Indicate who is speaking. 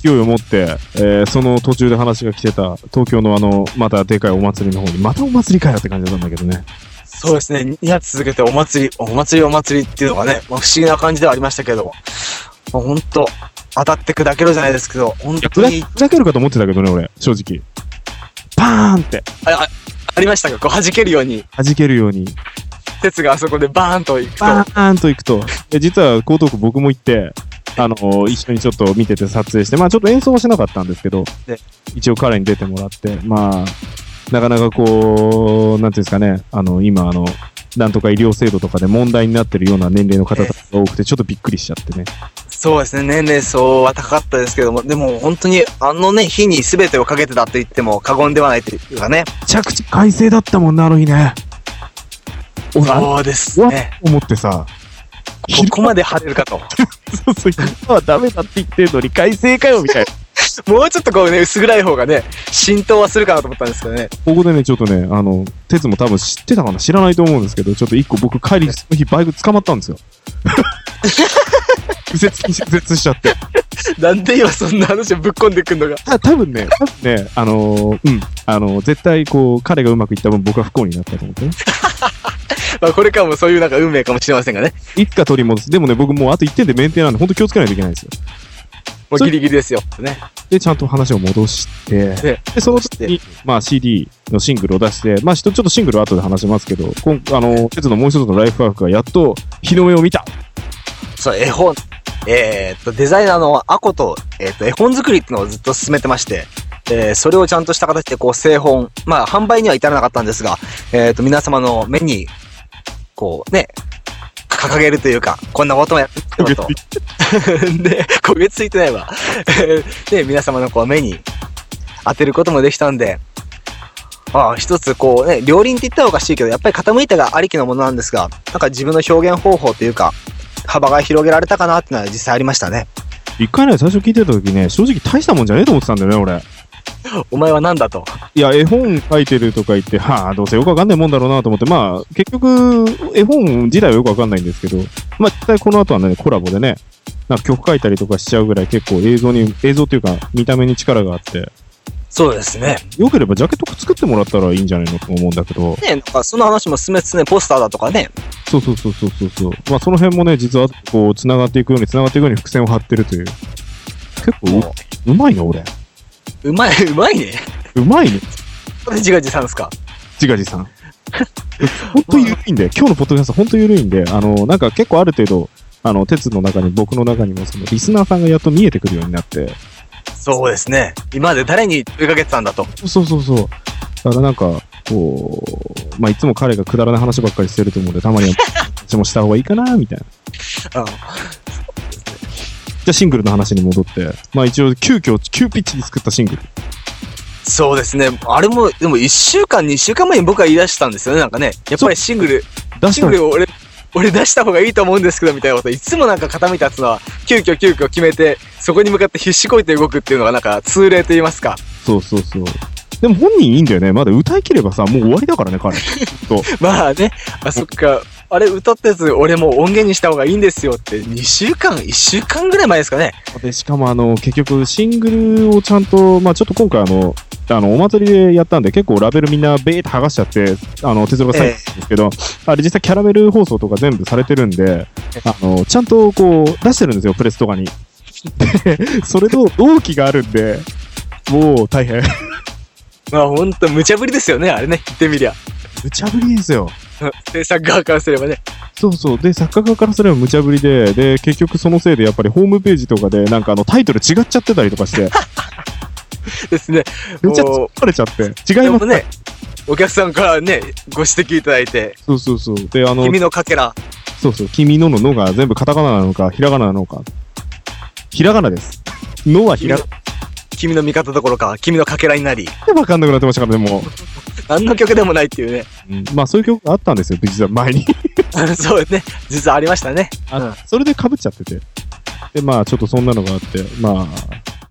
Speaker 1: 勢いを持って、えーその途中で話が来てた、東京のあの、またでかいお祭りの方に、またお祭りかよって感じだったんだけどね。
Speaker 2: そうですね。2月続けてお祭り、お祭りお祭りっていうのがね、まあ、不思議な感じではありましたけど、もうほんと、当たって砕けろじゃないですけど、本
Speaker 1: ふ
Speaker 2: 当
Speaker 1: ざ
Speaker 2: に、
Speaker 1: ふざけるかと思ってたけどね、俺、正直。バーンって、
Speaker 2: ああありましたかこう弾けるように、
Speaker 1: 弾けるように、
Speaker 2: 鉄があそこでバーンと行くと。
Speaker 1: バーンと行くと。で、実は江東区僕も行って、あの、一緒にちょっと見てて撮影して、まあちょっと演奏はしなかったんですけど
Speaker 2: で、
Speaker 1: 一応彼に出てもらって、まあ、なかなかこう、なんていうんですかね、あの、今、あの、なんとか医療制度とかで問題になってるような年齢の方たちが多くて、ちょっとびっくりしちゃってね。
Speaker 2: そうですね、年齢層は高かったですけども、でも本当にあのね、日に全てをかけてたって言っても過言ではないというかね。
Speaker 1: めちゃくちゃ快晴だったもんな、あの日ね。俺、あ
Speaker 2: そうですね。
Speaker 1: 思ってさ、
Speaker 2: ここまで晴れるか と。
Speaker 1: そうそう、今はダメだって言ってるのに快晴かよ、みたいな。
Speaker 2: もうちょっとこうね、薄暗い方がね、浸透はするかなと思ったんですけどね。
Speaker 1: ここでね、ちょっとね、あの、鉄も多分知ってたかな知らないと思うんですけど、ちょっと一個僕帰り、その日バイク捕まったんです よ。右折に右折しちゃって。
Speaker 2: なんで今そんな話をぶっこんでくんのが。
Speaker 1: た多分ね、多分ね、あのーうん、あのー絶対こう、彼がうまくいった分僕は不幸になったと思ってね。
Speaker 2: まあこれからもそういうなんか運命かもしれませんがね。
Speaker 1: いつか取り戻す。でもね、僕もうあと1点でメンテなんで、ほんと気をつけないといけないんですよ。
Speaker 2: もうギリギリですよ。ね。
Speaker 1: で、ちゃんと話を戻して、
Speaker 2: で
Speaker 1: で、その時に、まあ CD のシングルを出して、まあちょちょっとシングルは後で話しますけど、今あのー、鉄のもう一つのライフワークがやっと日の目を見た。
Speaker 2: そう、絵本。えーっと、デザイナーのアコと、えーっと、絵本作りっていうのをずっと進めてまして、えーそれをちゃんとした形で、こう、製本。まあ、販売には至らなかったんですが、えーっと、皆様の目に、こう、ね、掲げるというか、こんなこともやってきたと。で、焦げついてないわ。 で、皆様のこう目に当てることもできたんで、ああ、一つこうね、両輪って言ったらおかしいけど、やっぱり傾いたがありきのものなんですが、なんか自分の表現方法というか、幅が広げられたかなっていうのは実際ありましたね。
Speaker 1: 一回ね、最初聞いてた時ね、正直大したもんじゃねえと思ってたんだよね、俺。
Speaker 2: お前は何だと。
Speaker 1: いや、絵本書いてるとか言って、はあ、どうせよくわかんないもんだろうなと思って、まあ、結局、絵本自体はよくわかんないんですけど、まあ、実際この後はね、コラボでね、なんか曲書いたりとかしちゃうぐらい結構映像に、映像というか、見た目に力があって、
Speaker 2: そうですね。
Speaker 1: よければジャケット作ってもらったらいいんじゃないのと思うんだけど、
Speaker 2: ねなんかその話も進めつつね、ポスターだとかね。
Speaker 1: そうそうそうそうそうそう、まあ、その辺もね、実は、こう、繋がっていくように、繋がっていくように伏線を張ってるという。結構
Speaker 2: も
Speaker 1: う、うまいの、俺。
Speaker 2: ううまい、うまいね。
Speaker 1: うまいね、
Speaker 2: これ自画自賛ですか。
Speaker 1: ジガジさん。本当ゆるいんで、今日のポッドキャスト本当ゆるいんで、あの、なんか結構ある程度、あの、鉄の中に、僕の中にも、その、リスナーさんがやっと見えてくるようになって、
Speaker 2: そうですね。今まで誰に追いかけてたんだと。
Speaker 1: そうそうそう。だからなんか、こう、まあ、いつも彼がくだらない話ばっかりしてると思うんで、たまには、私もした方がいいかな、みたいな。
Speaker 2: うん
Speaker 1: じゃあシングルの話に戻って、まあ、一応、急遽、急ピッチに作ったシングル。
Speaker 2: そうですね。あれも、でも1週間、2週間前に僕は言い出したんですよね、なんかね。やっぱりシングル、
Speaker 1: 出し
Speaker 2: シン
Speaker 1: た
Speaker 2: グルを俺、俺出した方がいいと思うんですけど、みたいなこと、いつもなんか傾いたやつのは、急遽急遽決めて、そこに向かって必死こいて動くっていうのがなんか通例と言いますか。
Speaker 1: そうそうそう。でも本人いいんだよね。まだ歌い切ればさ、もう終わりだからね、 彼。と。
Speaker 2: まあね、あそっか、あれ歌ったやつ俺もう音源にした方がいいんですよって、2週間、1週間ぐらい前ですかね。
Speaker 1: で、しかもあの、結局、シングルをちゃんと、まあちょっと今回あの、あの、お祭りでやったんで、結構ラベルみんなベーって剥がしちゃって、あの、哲郎が最後なんですけど、あれ実際キャラメル放送とか全部されてるんで、あの、ちゃんとこう、出してるんですよ、プレスとかに。で、それと同期があるんで、もう大変。
Speaker 2: まあほんと無茶ぶりですよね、あれね、言ってみりゃ。
Speaker 1: 無茶ぶりですよ。
Speaker 2: 制作側からすればね。
Speaker 1: そうそう。で、作家側からすれば無茶ぶりで、で、結局そのせいでやっぱりホームページとかで、なんかあの、タイトル違っちゃってたりとか して、
Speaker 2: ですね。
Speaker 1: めっちゃ
Speaker 2: も
Speaker 1: 突
Speaker 2: う
Speaker 1: っ張れちゃって、違い
Speaker 2: で
Speaker 1: ま
Speaker 2: も
Speaker 1: す。
Speaker 2: ね、お客さんからね、ご指摘いただいて、
Speaker 1: そうそうそう。で、あの、
Speaker 2: 君のかけら。
Speaker 1: そうそう、君のののが全部カタカナなのか、ひらがななのか。ひらがなです。のはひらが
Speaker 2: 君の味方どころか、君のかけらになり、
Speaker 1: なでわかんなくなってましたからね、もう。
Speaker 2: 何の曲でもないっていうね。
Speaker 1: うんまあそういう曲があったんですよ、実は前に。
Speaker 2: そうね、実はありましたね。
Speaker 1: あそれで被っちゃってて。で、まあちょっとそんなのがあって、まあ、